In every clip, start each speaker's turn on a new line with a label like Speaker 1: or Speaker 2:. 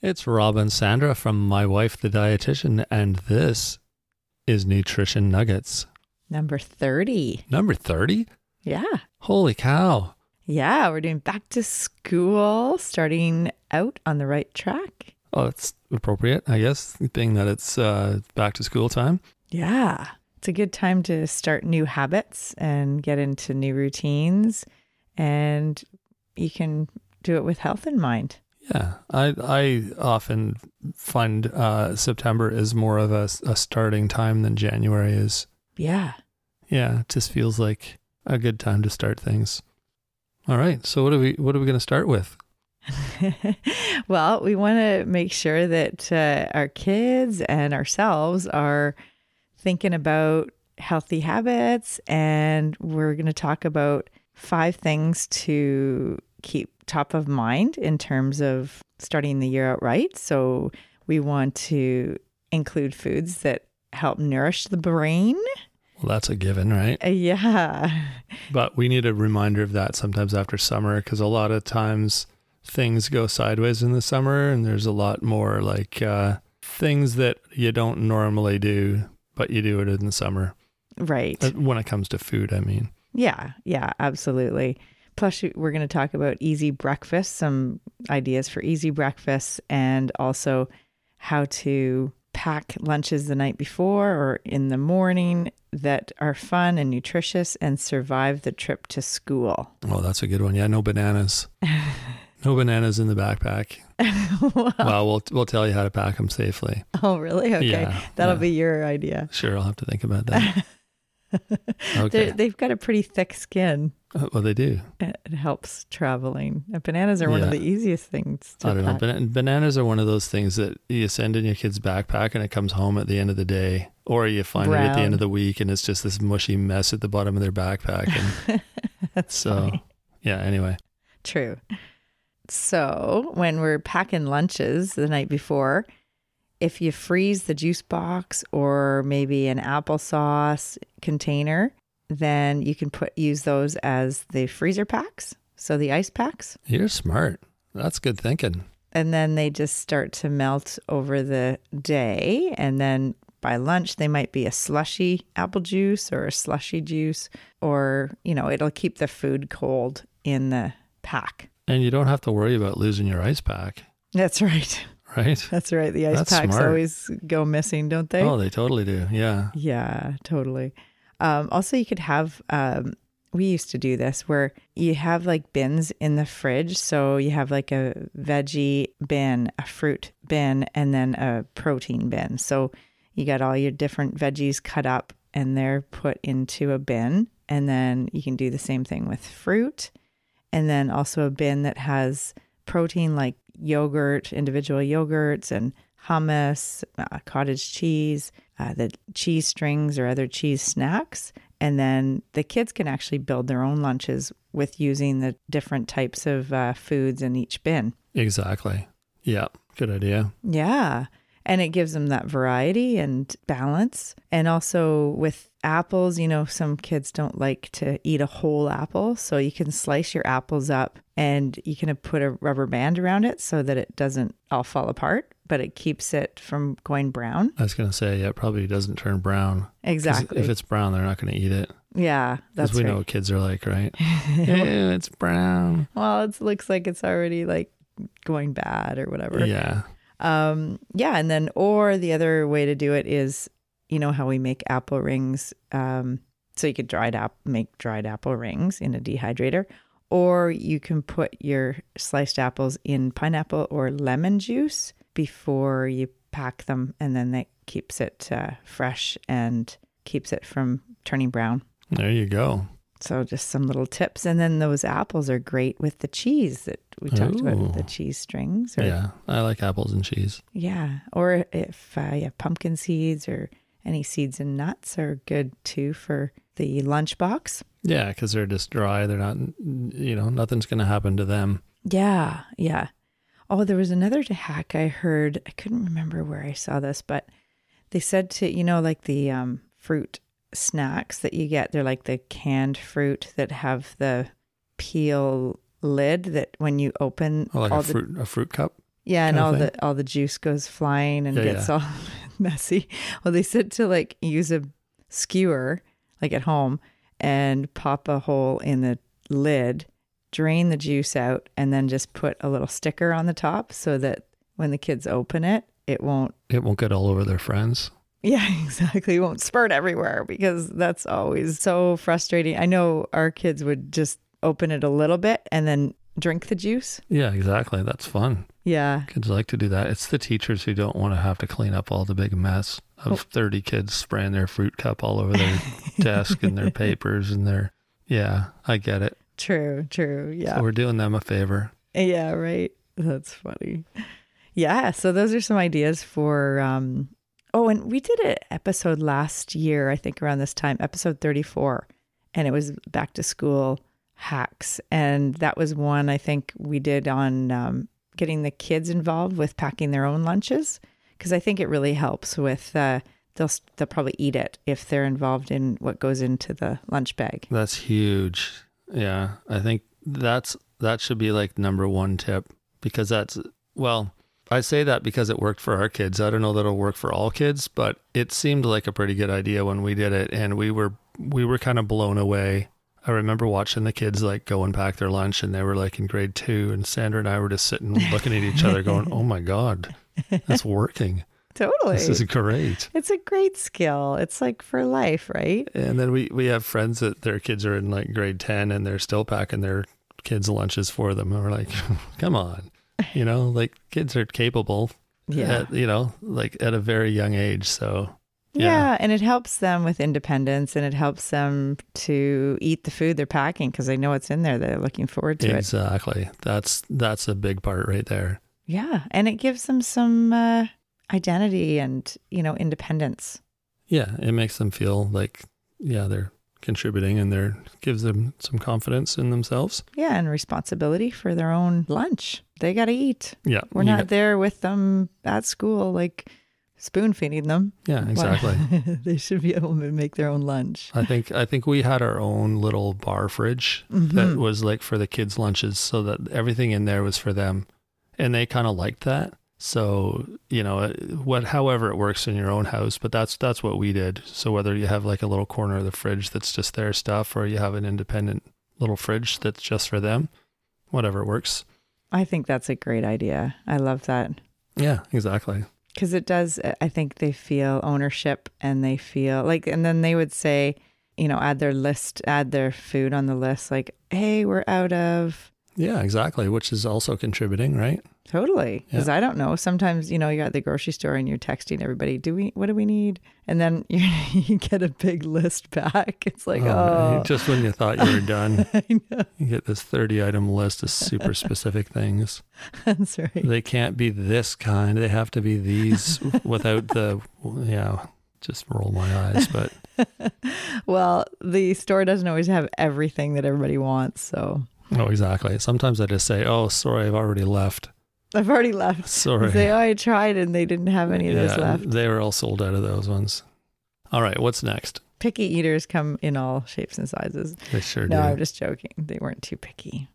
Speaker 1: It's Robin Sandra from My Wife the Dietitian, and this is Nutrition Nuggets.
Speaker 2: Number 30.
Speaker 1: Number 30?
Speaker 2: Yeah.
Speaker 1: Holy cow.
Speaker 2: Yeah. We're doing back to school, starting out on the right track.
Speaker 1: Oh, that's appropriate, I guess, being that it's uh, back to school time.
Speaker 2: Yeah. It's a good time to start new habits and get into new routines. And you can do it with health in mind.
Speaker 1: Yeah, I I often find uh, September is more of a, a starting time than January is.
Speaker 2: Yeah.
Speaker 1: Yeah, it just feels like a good time to start things. All right, so what are we what are we going to start with?
Speaker 2: well, we want to make sure that uh, our kids and ourselves are thinking about healthy habits, and we're going to talk about five things to keep top of mind in terms of starting the year out right. So we want to include foods that help nourish the brain.
Speaker 1: Well, that's a given, right?
Speaker 2: Uh, Yeah.
Speaker 1: But we need a reminder of that sometimes after summer because a lot of times things go sideways in the summer and there's a lot more like uh, things that you don't normally do, but you do it in the summer.
Speaker 2: Right.
Speaker 1: Uh, When it comes to food, I mean.
Speaker 2: Yeah. Yeah, absolutely. Plus, you- we're going to talk about easy breakfast, some ideas for easy breakfasts, and also how to pack lunches the night before or in the morning that are fun and nutritious and survive the trip to school.
Speaker 1: Oh, that's a good one. Yeah, no bananas. no bananas in the backpack. Well, we'll we'll tell you how to pack them safely.
Speaker 2: Oh, really? Okay.
Speaker 1: Yeah,
Speaker 2: That'll
Speaker 1: yeah.
Speaker 2: be your idea.
Speaker 1: Sure, I'll have to think about that.
Speaker 2: They're-
Speaker 1: Okay.
Speaker 2: They've got a pretty thick skin.
Speaker 1: Uh, well, they do.
Speaker 2: It it helps traveling. Uh, Bananas are one of
Speaker 1: Yeah.
Speaker 2: the easiest things to
Speaker 1: I don't know.
Speaker 2: pack.
Speaker 1: Bana- bananas are one of those things that you send in your kid's backpack and it comes home at the end of the day, or you find it at the
Speaker 2: Brown.
Speaker 1: end of the week and it's just this mushy mess at the bottom of their backpack. And so, yeah. Anyway,
Speaker 2: True. So when we're packing lunches the night before, if you freeze the juice box or maybe an applesauce container, then you can put use those as the freezer packs, so the ice packs,
Speaker 1: you're smart. That's good thinking.
Speaker 2: and then they just start to melt over the day, and then by lunch they might be a slushy apple juice or a slushy juice, or you know it'll keep the food cold in the pack.
Speaker 1: And you don't have to worry about losing your ice pack,
Speaker 2: That's right.
Speaker 1: right?
Speaker 2: That's right. The ice
Speaker 1: That's
Speaker 2: packs
Speaker 1: smart.
Speaker 2: always go missing, don't they?
Speaker 1: Oh, they totally do. Yeah.
Speaker 2: Yeah, totally. Um, also, you could have, um, we used to do this where you have like bins in the fridge. So you have like a veggie bin, a fruit bin, and then a protein bin. So you got all your different veggies cut up and they're put into a bin. And then you can do the same thing with fruit. And then also a bin that has protein like yogurt, individual yogurts, and hummus, uh, cottage cheese, uh, the cheese strings or other cheese snacks. And then the kids can actually build their own lunches with using the different types of uh, foods in each bin.
Speaker 1: Exactly. Yeah. Good idea.
Speaker 2: Yeah. And it gives them that variety and balance. And also with apples, you know, some kids don't like to eat a whole apple. So you can slice your apples up and you can put a rubber band around it so that it doesn't all fall apart, but it keeps it from going brown.
Speaker 1: I was going to say, yeah, it probably doesn't turn brown. 'Cause
Speaker 2: Exactly.
Speaker 1: If it's brown, they're not going to eat it.
Speaker 2: yeah,
Speaker 1: Because
Speaker 2: that's
Speaker 1: we
Speaker 2: right.
Speaker 1: know what kids are like, right? Ew, it's brown.
Speaker 2: Well, it looks like it's already like going bad or whatever.
Speaker 1: Yeah.
Speaker 2: Um, yeah, and then or the other way to do it is, you know how we make apple rings. Um, so you could dried app make dried apple rings in a dehydrator, or you can put your sliced apples in pineapple or lemon juice before you pack them, and then that keeps it uh, fresh and keeps it from turning brown.
Speaker 1: There you go.
Speaker 2: So just some little tips, and then those apples are great with the cheese that we talked
Speaker 1: Ooh.
Speaker 2: about, the cheese strings or
Speaker 1: Yeah, I like apples and cheese.
Speaker 2: yeah, or if uh, yeah, pumpkin seeds or any seeds and nuts are good too for the lunchbox.
Speaker 1: Yeah, because they're just dry. They're not, you know, nothing's going to happen to them.
Speaker 2: Yeah, yeah. Oh, there was another hack I heard. I couldn't remember where I saw this, but they said to you know like the um, fruit snacks that you get. They're like the canned fruit that have the peel lid that when you open
Speaker 1: Oh, like
Speaker 2: all
Speaker 1: a
Speaker 2: the
Speaker 1: fruit, a fruit cup.
Speaker 2: Yeah, and
Speaker 1: kinda
Speaker 2: all
Speaker 1: thing.
Speaker 2: the all the juice goes flying and
Speaker 1: Yeah,
Speaker 2: gets all messy. Well, they said to like use a skewer, like at home, and pop a hole in the lid, drain the juice out, and then just put a little sticker on the top so that when the kids open it, it won't.
Speaker 1: It won't get all over their friends.
Speaker 2: Yeah, exactly. It won't spurt everywhere because that's always so frustrating. I know our kids would just open it a little bit and then drink the juice.
Speaker 1: Yeah, exactly. That's fun.
Speaker 2: Yeah.
Speaker 1: Kids like to do that. It's the teachers who don't want to have to clean up all the big mess
Speaker 2: Oh.
Speaker 1: of 30 kids spraying their fruit cup all over their desk and their papers and their. Yeah, I get it.
Speaker 2: True, true. Yeah.
Speaker 1: So we're doing them a favor.
Speaker 2: Yeah, right. That's funny. Yeah, so those are some ideas for um Oh, and we did an episode last year, I think around this time, episode 34, and it was back to school hacks. And that was one I think we did on um, getting the kids involved with packing their own lunches because I think it really helps with uh, they'll they'll probably eat it if they're involved in what goes into the lunch bag.
Speaker 1: That's huge. Yeah, I think that's that should be like number one tip because that's well, I say that because it worked for our kids. I don't know that it'll work for all kids, but it seemed like a pretty good idea when we did it, and we were we were kind of blown away. I remember watching the kids like go and pack their lunch, and they were like in grade two, and Sandra and I were just sitting looking at each other, going, "Oh my god, that's working!
Speaker 2: Totally.
Speaker 1: This is great!"
Speaker 2: It's a great skill. It's like for life, right?
Speaker 1: And then we we have friends that their kids are in like grade ten and they're still packing their kids' lunches for them, and we're like, come on, you know, like kids are capable,
Speaker 2: Yeah.
Speaker 1: at, you know, like at a very young age. So
Speaker 2: yeah. And it helps them with independence and it helps them to eat the food they're packing because they know it's in there. They're looking forward to it.
Speaker 1: exactly, that's that's a big part right there.
Speaker 2: Yeah. And it gives them some uh, identity and, you know, independence.
Speaker 1: Yeah, it makes them feel like yeah they're contributing and they're gives them some confidence in themselves.
Speaker 2: Yeah. And responsibility for their own lunch. They got to eat.
Speaker 1: Yeah,
Speaker 2: We're
Speaker 1: you
Speaker 2: not
Speaker 1: got-
Speaker 2: there with them at school, like spoon feeding them.
Speaker 1: yeah, exactly. Uh,
Speaker 2: they should be able to make their own lunch.
Speaker 1: I think I think we had our own little bar fridge that
Speaker 2: Mm-hmm.
Speaker 1: was like for the kids' lunches, so that everything in there was for them, and they kind of liked that. So you know, it- what however it works in your own house, but that's that's what we did. So whether you have like a little corner of the fridge that's just their stuff, or you have an independent little fridge that's just for them, whatever works.
Speaker 2: I think that's a great idea. I love that.
Speaker 1: Yeah, exactly.
Speaker 2: because it does uh, i think they feel ownership and they feel like and then they would say you know add their list add their food on the list like hey we're out of
Speaker 1: Yeah, exactly. Which is also contributing, right?
Speaker 2: totally because i don't know sometimes you know you're at the grocery store and you're texting everybody do we what do we need and then you, you get a big list back it's like
Speaker 1: Oh,
Speaker 2: oh,
Speaker 1: Just when you thought you were done,
Speaker 2: i know
Speaker 1: you get this thirty-item list of super specific things.
Speaker 2: that's right
Speaker 1: They can't be this kind. They have to be these without the, yeah, just roll my eyes. But
Speaker 2: well the store doesn't always have everything that everybody wants so
Speaker 1: oh, exactly. Sometimes I just say, oh, sorry, I've already left.
Speaker 2: i've already left
Speaker 1: Sorry.
Speaker 2: they oh, i tried and they didn't have any of those left
Speaker 1: They were all sold out of those ones. All right, what's next?
Speaker 2: picky eaters come in all shapes and sizes.
Speaker 1: They sure
Speaker 2: No, I'm
Speaker 1: do.
Speaker 2: just joking. They weren't too picky.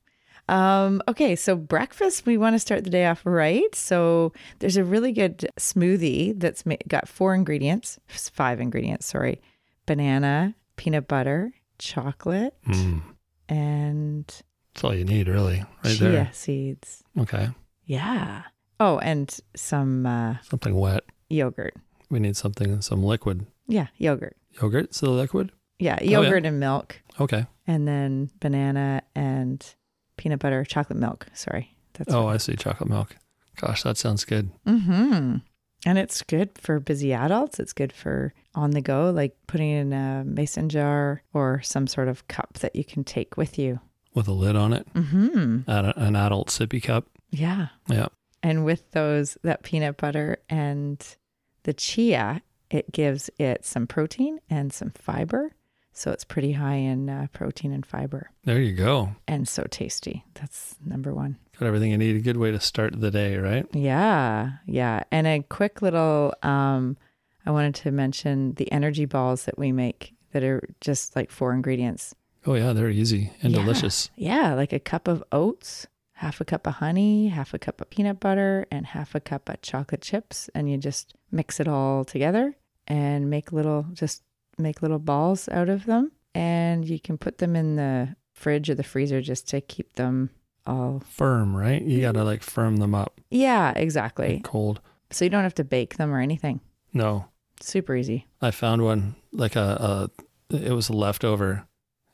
Speaker 2: Um, okay, so breakfast, we want to start the day off right. So there's a really good smoothie that's ma- got four ingredients, five ingredients, sorry banana, peanut butter, chocolate,
Speaker 1: Mm,
Speaker 2: and
Speaker 1: that's all you need, really, right
Speaker 2: chia
Speaker 1: there.
Speaker 2: seeds.
Speaker 1: Okay,
Speaker 2: Yeah. Oh, and some uh,
Speaker 1: something wet.
Speaker 2: yogurt.
Speaker 1: We need something, some liquid.
Speaker 2: Yeah, yogurt.
Speaker 1: Yogurt's the liquid?
Speaker 2: Yeah,
Speaker 1: Oh, yeah.
Speaker 2: yogurt and milk.
Speaker 1: Okay.
Speaker 2: and then banana and peanut butter chocolate milk. Sorry, that's
Speaker 1: oh, I see. Chocolate milk. Gosh, that sounds good.
Speaker 2: hmm And it's good for busy adults. It's good for on the go, like putting in a mason jar or some sort of cup that you can take with you.
Speaker 1: With a lid on it,
Speaker 2: hmm
Speaker 1: Ad- an adult sippy cup.
Speaker 2: Yeah,
Speaker 1: Yeah.
Speaker 2: and with those that peanut butter and the chia, it gives it some protein and some fiber. So it's pretty high in uh, protein and fiber,
Speaker 1: There you go.
Speaker 2: and so tasty. That's number one.
Speaker 1: Got everything you need. A good way to start the day, right?
Speaker 2: Yeah, yeah. And a quick little um I wanted to mention the energy balls that we make that are just like four ingredients.
Speaker 1: Oh yeah, they're easy and
Speaker 2: Yeah.
Speaker 1: delicious.
Speaker 2: Yeah, like a cup of oats, half a cup of honey, half a cup of peanut butter, and half a cup of chocolate chips. And you just mix it all together and make little, just make little balls out of them. And you can put them in the fridge or the freezer just to keep them all.
Speaker 1: Firm, right? You gotta like firm them up.
Speaker 2: Yeah,
Speaker 1: like,
Speaker 2: exactly.
Speaker 1: cold.
Speaker 2: So you don't have to bake them or anything.
Speaker 1: No,
Speaker 2: Super easy.
Speaker 1: I found one like a, a it was a leftover.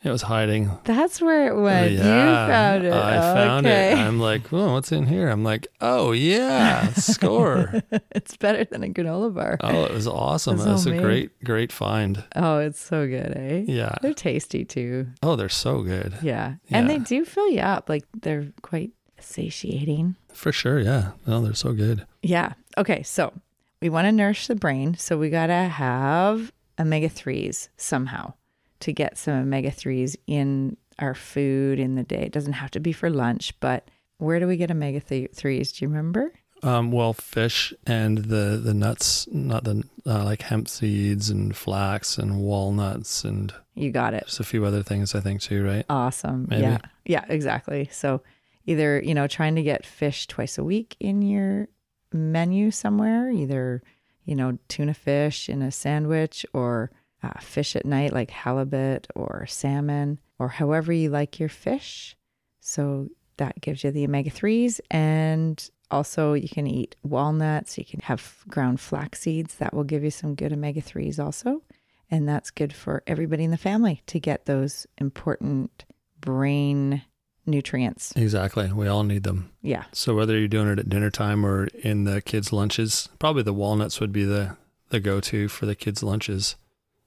Speaker 1: It was hiding. Oh,
Speaker 2: That's where it went. you found it.
Speaker 1: I
Speaker 2: Oh,
Speaker 1: found
Speaker 2: okay.
Speaker 1: it. I'm like, oh, what's in here? I'm like, oh yeah, score.
Speaker 2: it's better than a granola bar. Oh,
Speaker 1: oh, it was awesome.
Speaker 2: It's
Speaker 1: That was a
Speaker 2: homemade.
Speaker 1: great, great find.
Speaker 2: it's so good, eh?
Speaker 1: Yeah.
Speaker 2: They're tasty too.
Speaker 1: Oh, they're so good.
Speaker 2: Yeah. And they
Speaker 1: Yeah.
Speaker 2: do fill you up. Like they're quite satiating.
Speaker 1: For sure. Yeah. No, they're so good.
Speaker 2: Yeah. Okay. So we want to nourish the brain. So we got to have omega 3s somehow to get some omega 3s in our food in the day. It doesn't have to be for lunch, but where do we get omega 3s? Do you remember?
Speaker 1: Um, well, fish and the, the nuts, not the, uh, like hemp seeds and flax and walnuts and
Speaker 2: You got it.
Speaker 1: just a few other things, I think, too, right?
Speaker 2: Awesome.
Speaker 1: Maybe.
Speaker 2: Yeah. Yeah, exactly. So either, you know, trying to get fish twice a week in your menu somewhere, either, you know, tuna fish in a sandwich or uh, fish at night like halibut or salmon or however you like your fish. So that gives you the omega 3s. And also, you can eat walnuts, you can have ground flax seeds. That will give you some good omega 3s also. And that's good for everybody in the family to get those important brain nutrients.
Speaker 1: Exactly. We all need them.
Speaker 2: Yeah.
Speaker 1: So whether you're doing it at dinner time or in the kids' lunches, probably the walnuts would be the the go-to for the kids' lunches.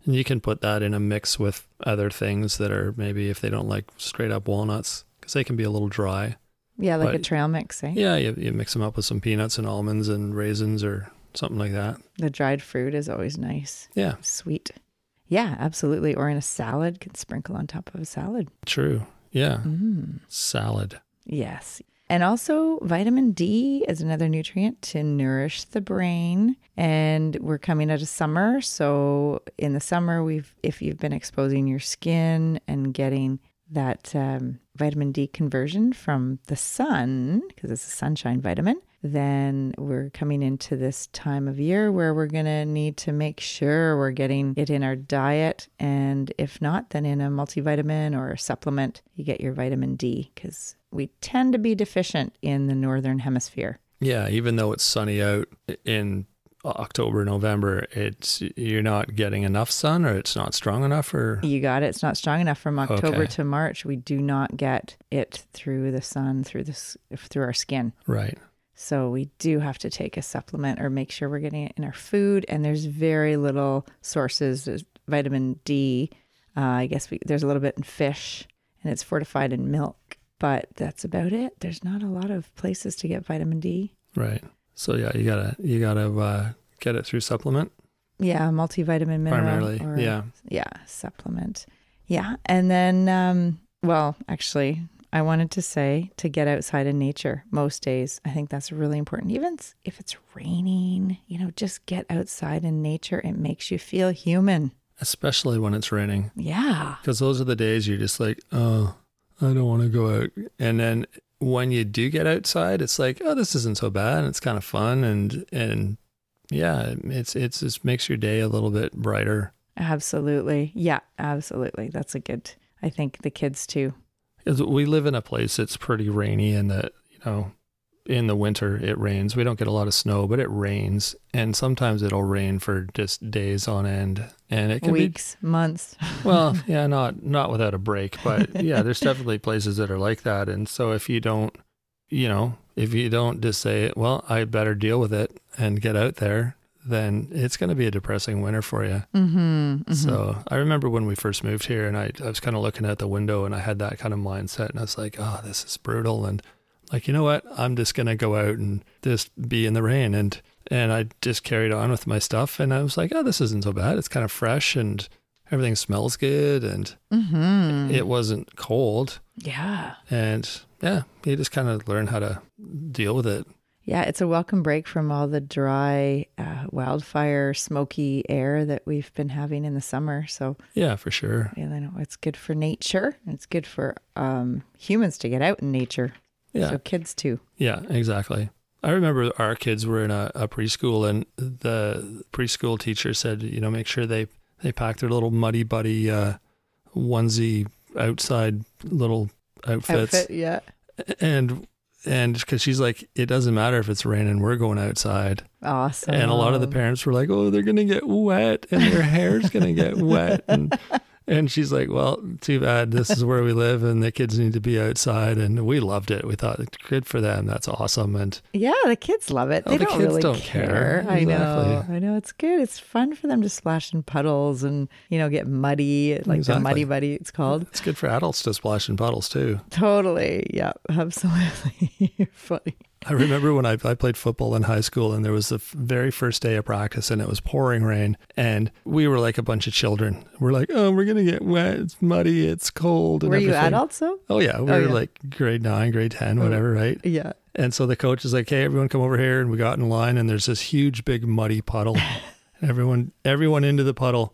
Speaker 1: And you can put that in a mix with other things that are maybe if they don't like straight up walnuts because they can be a little dry.
Speaker 2: Yeah, like a
Speaker 1: But-
Speaker 2: trail mix, eh?
Speaker 1: Yeah, you, you mix them up with some peanuts and almonds and raisins or something like that.
Speaker 2: The dried fruit is always nice,
Speaker 1: Yeah,
Speaker 2: sweet. Yeah, absolutely. Or in a salad, can sprinkle on top of a salad.
Speaker 1: true. Yeah,
Speaker 2: Mm.
Speaker 1: salad.
Speaker 2: Yes. And also, vitamin D is another nutrient to nourish the brain. And we're coming out of summer. So, in the summer, we've, if you've been exposing your skin and getting that um, vitamin D conversion from the sun, because it's a sunshine vitamin, then we're coming into this time of year where we're going to need to make sure we're getting it in our diet. And if not, then in a multivitamin or a supplement, you get your vitamin D because we tend to be deficient in the northern hemisphere.
Speaker 1: Yeah, even though it's sunny out in October, November, it's you're not getting enough sun or it's not strong enough or
Speaker 2: You got it. It's not strong enough from October
Speaker 1: Okay.
Speaker 2: to March. We do not get it through the sun, through this, through our skin.
Speaker 1: right.
Speaker 2: So we do have to take a supplement or make sure we're getting it in our food. And there's very little sources of vitamin D. Uh, I guess we, there's a little bit in fish, and it's fortified in milk, but that's about it. There's not a lot of places to get vitamin D.
Speaker 1: Right. So yeah, you gotta you gotta uh, get it through supplement
Speaker 2: Yeah, multivitamin mineral.
Speaker 1: primarily.
Speaker 2: or-
Speaker 1: yeah.
Speaker 2: yeah supplement yeah and then um well actually i wanted to say to get outside in nature most days i think that's really important even s- if it's raining you know just get outside in nature it makes you feel human
Speaker 1: Especially when it's raining,
Speaker 2: yeah
Speaker 1: because those are the days you're just like, oh, I don't want to go out. And then when you do get outside, it's like, oh, this isn't so bad. And it's kind of fun, and and yeah, it's it's just makes your day a little bit brighter.
Speaker 2: absolutely yeah absolutely that's a good i think the kids too
Speaker 1: 'Cause we live in a place that's pretty rainy, and that you know, in the winter it rains. We don't get a lot of snow, but it rains, and sometimes it'll rain for just days on end, and it can be
Speaker 2: weeks months
Speaker 1: well yeah not not without a break but yeah there's definitely places that are like that and so if you don't you know if you don't just say well i better deal with it and get out there then it's going to be a depressing winter for you
Speaker 2: mm-hmm,
Speaker 1: so i remember when we first moved here and I, I was kind of looking out the window and i had that kind of mindset and i was like oh this is brutal and like you know what i'm just going to go out and just be in the rain and and i just carried on with my stuff and i was like oh this isn't so bad it's kind of fresh and everything smells good and
Speaker 2: mm-hmm.
Speaker 1: it wasn't cold
Speaker 2: yeah
Speaker 1: and yeah you just kind of learn how to deal with it
Speaker 2: Yeah, it's a welcome break from all the dry uh, wildfire, smoky air that we've been having in the summer. So,
Speaker 1: yeah for sure
Speaker 2: you know, it's good for nature. and It's good for um, humans to get out in nature.
Speaker 1: Yeah.
Speaker 2: So kids too.
Speaker 1: Yeah, exactly. I remember our kids were in a, a preschool, and the preschool teacher said, you know, make sure they they pack their little muddy buddy uh, onesie outside little outfits,
Speaker 2: Outfit, yeah.
Speaker 1: and and because she's like, it doesn't matter if it's raining, we're going outside.
Speaker 2: Awesome.
Speaker 1: And a lot of the parents were like, "Oh, they're gonna get wet, and their hair's gonna get wet." And, and she's like, "Well, too bad. This is where we live, and the kids need to be outside." And we loved it. We thought, "Good for them. That's awesome." And
Speaker 2: Yeah, the kids love it.
Speaker 1: Oh,
Speaker 2: they
Speaker 1: the
Speaker 2: don't
Speaker 1: kids
Speaker 2: really
Speaker 1: don't
Speaker 2: care.
Speaker 1: care.
Speaker 2: I know.
Speaker 1: Exactly.
Speaker 2: I know. It's good. It's fun for them to splash in puddles and, you know, get muddy, like the
Speaker 1: Exactly.
Speaker 2: muddy buddy it's called.
Speaker 1: it's good for adults to splash in puddles too.
Speaker 2: Totally. Yeah, absolutely. You're funny.
Speaker 1: I remember when I, I played football in high school, and there was the f- very first day of practice, and it was pouring rain, and we were like a bunch of children. We're like, "Oh, we're gonna get wet. It's muddy. It's cold." And
Speaker 2: Were you
Speaker 1: everything.
Speaker 2: adults though?
Speaker 1: Oh yeah, we
Speaker 2: Oh,
Speaker 1: were
Speaker 2: yeah. Oh.
Speaker 1: like grade nine, grade ten, whatever, right?
Speaker 2: Yeah.
Speaker 1: And so the coach is like, "Hey, everyone, come over here." And we got in line, and there's this huge, big, muddy puddle. And everyone, everyone into the puddle.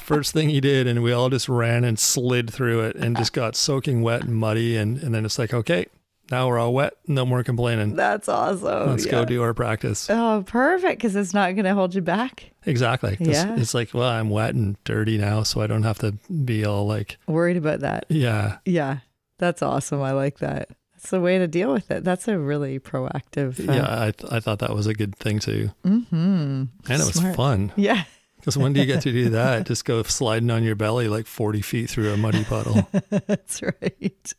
Speaker 1: First thing he did, and we all just ran and slid through it, and just got soaking wet and muddy. And and then it's like, okay, now we're all wet. No more complaining.
Speaker 2: That's awesome.
Speaker 1: Let's
Speaker 2: Oh, yeah.
Speaker 1: go do our practice.
Speaker 2: Oh, perfect. Because it's not going to hold you back.
Speaker 1: Exactly. 'Cause
Speaker 2: Yeah.
Speaker 1: It's like, well, I'm wet and dirty now, so I don't have to be all like,
Speaker 2: Worried about that.
Speaker 1: yeah,
Speaker 2: Yeah. That's awesome. I like that. That's the way to deal with it. That's a really proactive. uh,
Speaker 1: yeah. I th- I thought that was a good thing too,
Speaker 2: Mm-hmm.
Speaker 1: and it was fun.
Speaker 2: Yeah.
Speaker 1: Because when do you get to do that? Just go sliding on your belly like 40 feet through a muddy puddle.
Speaker 2: That's right.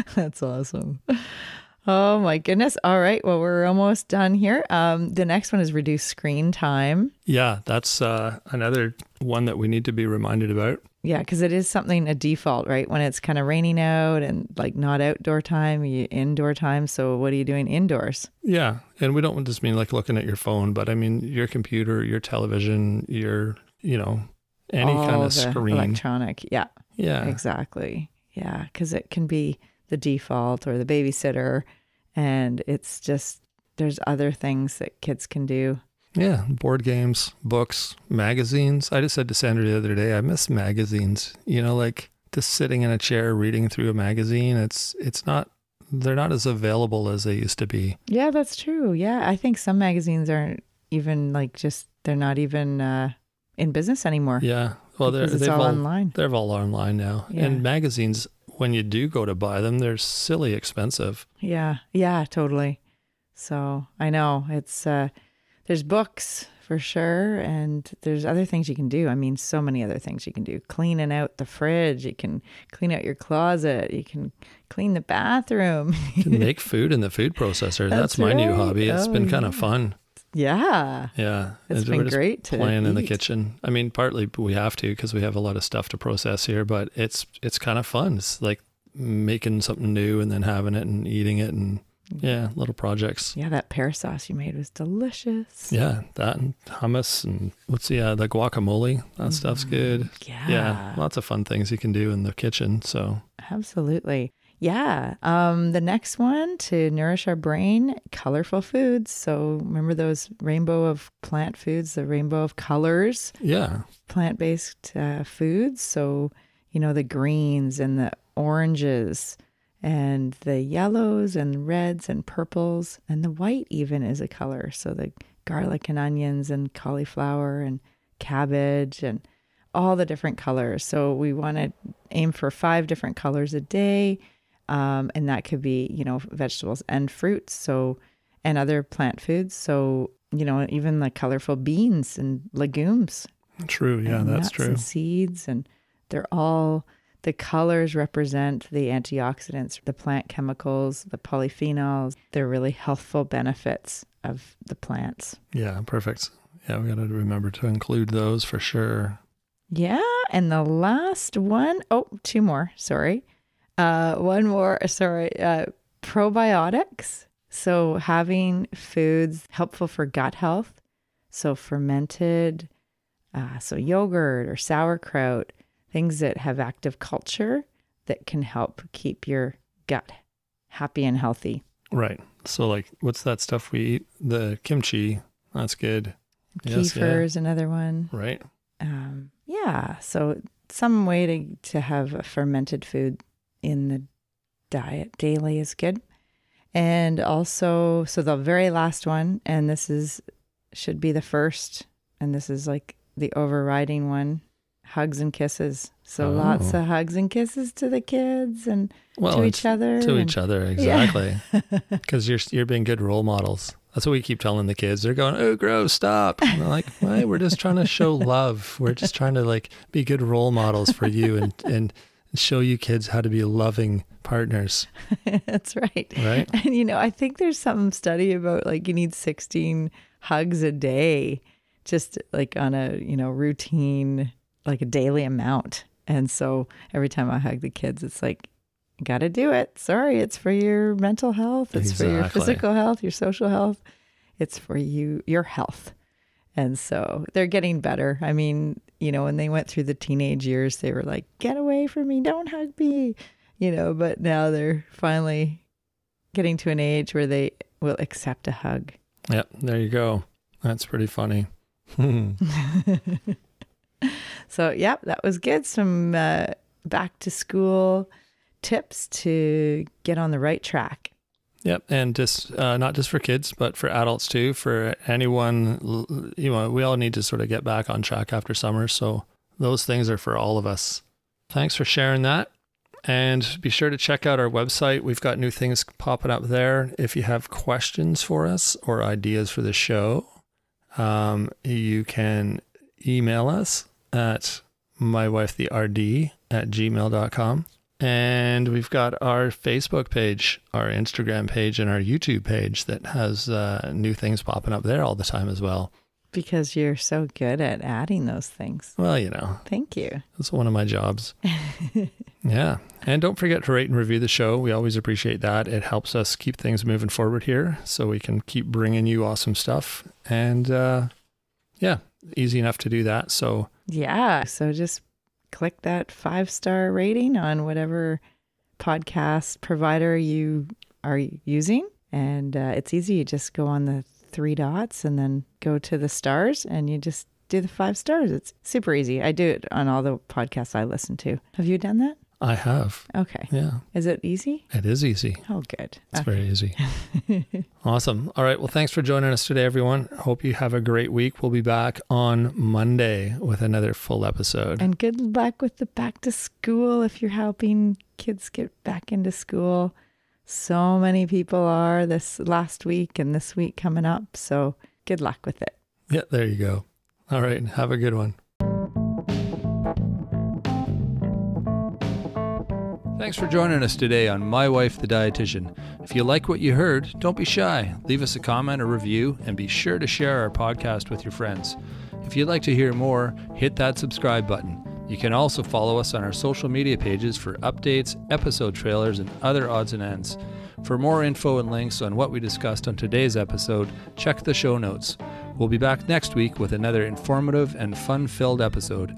Speaker 2: That's awesome. Oh my goodness. All right. Well, we're almost done here. Um, the next one is reduce screen time.
Speaker 1: Yeah, that's uh, another one that we need to be reminded about.
Speaker 2: Yeah, because it is something a default, right? When it's kind of raining out and like not outdoor time, you indoor time. So what are you doing indoors?
Speaker 1: Yeah, and we don't just mean like looking at your phone, but I mean your computer, your television, your, you know, any kind
Speaker 2: All
Speaker 1: of
Speaker 2: the
Speaker 1: screen. Uh.
Speaker 2: Electronic. Yeah,
Speaker 1: yeah.
Speaker 2: exactly. Yeah, because it can be the default or the babysitter. And it's just, there's other things that kids can do.
Speaker 1: Yeah, board games, books, magazines. I just said to Sandra the other day, I miss magazines. You know, like just sitting in a chair reading through a magazine, it's it's not they're not as available as they used to be.
Speaker 2: Yeah, that's true. Yeah, I think some magazines aren't even like just they're not even uh, in business anymore.
Speaker 1: Yeah. Well, they're
Speaker 2: because it's
Speaker 1: they've
Speaker 2: all
Speaker 1: all,
Speaker 2: online.
Speaker 1: they're all online now.
Speaker 2: Yeah.
Speaker 1: And magazines, when you do go to buy them, they're silly expensive.
Speaker 2: Yeah, yeah, totally. So I know it's uh, there's books for sure, and there's other things you can do. I mean, so many other things you can do. Cleaning out the fridge, you can clean out your closet, you can clean the bathroom.
Speaker 1: You can make food in the food processor. That's,
Speaker 2: That's
Speaker 1: my new
Speaker 2: right.
Speaker 1: hobby. It's
Speaker 2: Oh,
Speaker 1: been kind
Speaker 2: yeah.
Speaker 1: of fun.
Speaker 2: yeah,
Speaker 1: Yeah.
Speaker 2: it's
Speaker 1: And
Speaker 2: been
Speaker 1: we're just
Speaker 2: great to
Speaker 1: playing in the
Speaker 2: eat.
Speaker 1: kitchen. I mean, partly we have to because we have a lot of stuff to process here, but it's it's kind of fun. It's like making something new and then having it and eating it and yeah, little projects.
Speaker 2: Yeah, that pear sauce you made was delicious.
Speaker 1: Yeah, that and hummus and what's the uh, the guacamole? That stuff's
Speaker 2: Mm-hmm.
Speaker 1: good.
Speaker 2: Yeah.
Speaker 1: yeah, lots of fun things you can do in the kitchen. So
Speaker 2: Absolutely. Yeah. Um, the next one to nourish our brain, colorful foods. So remember those rainbow of plant foods, the rainbow of colors,
Speaker 1: yeah,
Speaker 2: plant based uh, foods. So, you know, the greens and the oranges and the yellows and reds and purples and the white even is a color. So the garlic and onions and cauliflower and cabbage and all the different colors. So we want to aim for five different colors a day. Um, and that could be, you know, vegetables and fruits. So, and other plant foods. So, you know, even the colorful beans and legumes
Speaker 1: true. Yeah,
Speaker 2: and
Speaker 1: that's
Speaker 2: nuts
Speaker 1: true.
Speaker 2: And seeds, and they're all the colors represent the antioxidants, the plant chemicals, the polyphenols. They're really healthful benefits of the plants.
Speaker 1: Yeah, perfect. Yeah, we got to remember to include those for sure.
Speaker 2: Yeah, and the last one, oh, two more, sorry. Uh, one more, sorry. Uh, probiotics. So having foods helpful for gut health. So fermented, uh, so yogurt or sauerkraut, things that have active culture that can help keep your gut happy and healthy.
Speaker 1: Right. So like, what's that stuff we eat? The kimchi. That's good. Yes, yeah.
Speaker 2: Kefir is another one.
Speaker 1: Right.
Speaker 2: um, yeah so some way to, to have a fermented food in the diet daily is good And also, so the very last one, and this is should be the first, and this is like the overriding one hugs and kisses. So
Speaker 1: Oh.
Speaker 2: lots of hugs and kisses to the kids and
Speaker 1: Well,
Speaker 2: to
Speaker 1: it's
Speaker 2: each other.
Speaker 1: to
Speaker 2: and-
Speaker 1: each other
Speaker 2: Yeah.
Speaker 1: exactly because you're you're being good role models. That's what we keep telling the kids. They're going, "Oh, gross, stop!" And they're like, "Why? We're just trying to show love. We're just trying to like be good role models for you and and show you kids how to be loving partners,
Speaker 2: That's right.
Speaker 1: right?"
Speaker 2: And you know, I think there's some study about like you need 16 hugs a day, just like on a, you know, routine, like a daily amount. And so every time I hug the kids, it's like, got to do it. Sorry, it's for your mental health, it's for your
Speaker 1: Exactly.
Speaker 2: physical health, your social health, it's for you, your health. And so they're getting better. I mean, you know, when they went through the teenage years, they were like, get away from me, don't hug me, you know, but now they're finally getting to an age where they will accept a hug.
Speaker 1: Yep, there you go. That's pretty funny.
Speaker 2: So, yep, that was good. Some uh, back to school tips to get on the right track.
Speaker 1: Yep, and just uh, not just for kids, but for adults too. For anyone, l- you know, we all need to sort of get back on track after summer. So those things are for all of us. Thanks for sharing that, and be sure to check out our website. We've got new things popping up there. If you have questions for us or ideas for the show, um, you can email us at mywifetherd at gmail.com. And we've got our Facebook page, our Instagram page, and our YouTube page that has uh, new things popping up there all the time as well.
Speaker 2: Because you're so good at adding those things.
Speaker 1: Well, you know,
Speaker 2: Thank you.
Speaker 1: that's one of my jobs. yeah. And don't forget to rate and review the show. We always appreciate that. It helps us keep things moving forward here so we can keep bringing you awesome stuff. And uh, yeah, easy enough to do that. So,
Speaker 2: Yeah. So just click that five star rating on whatever podcast provider you are using. And uh, it's easy. You just go on the three dots and then go to the stars and you just do the five stars. It's super easy. I do it on all the podcasts I listen to. Have you done that?
Speaker 1: I have.
Speaker 2: Okay.
Speaker 1: Yeah,
Speaker 2: Is it easy?
Speaker 1: it is easy.
Speaker 2: Oh, good.
Speaker 1: It's
Speaker 2: Okay.
Speaker 1: very easy. awesome. All right. Well, thanks for joining us today, everyone. Hope you have a great week. We'll be back on Monday with another full episode.
Speaker 2: And good luck with the back to school if you're helping kids get back into school. So many people are this last week and this week coming up. So good luck with it.
Speaker 1: Yeah, there you go. All right. Have a good one.
Speaker 3: Thanks for joining us today on My Wife the Dietitian. If you like what you heard, don't be shy. Leave us a comment or review and be sure to share our podcast with your friends. If you'd like to hear more, hit that subscribe button. You can also follow us on our social media pages for updates, episode trailers, and other odds and ends. For more info and links on what we discussed on today's episode, check the show notes. We'll be back next week with another informative and fun filled episode.